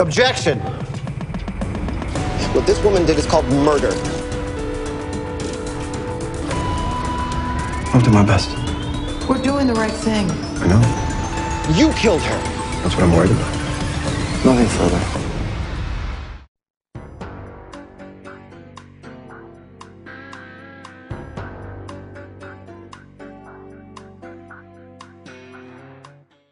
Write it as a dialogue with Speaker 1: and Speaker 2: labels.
Speaker 1: Objection. What this woman did is called murder.
Speaker 2: I'll do my best.
Speaker 3: We're doing the right thing.
Speaker 2: I know.
Speaker 1: You killed her.
Speaker 2: That's what I'm worried about.
Speaker 1: Nothing further.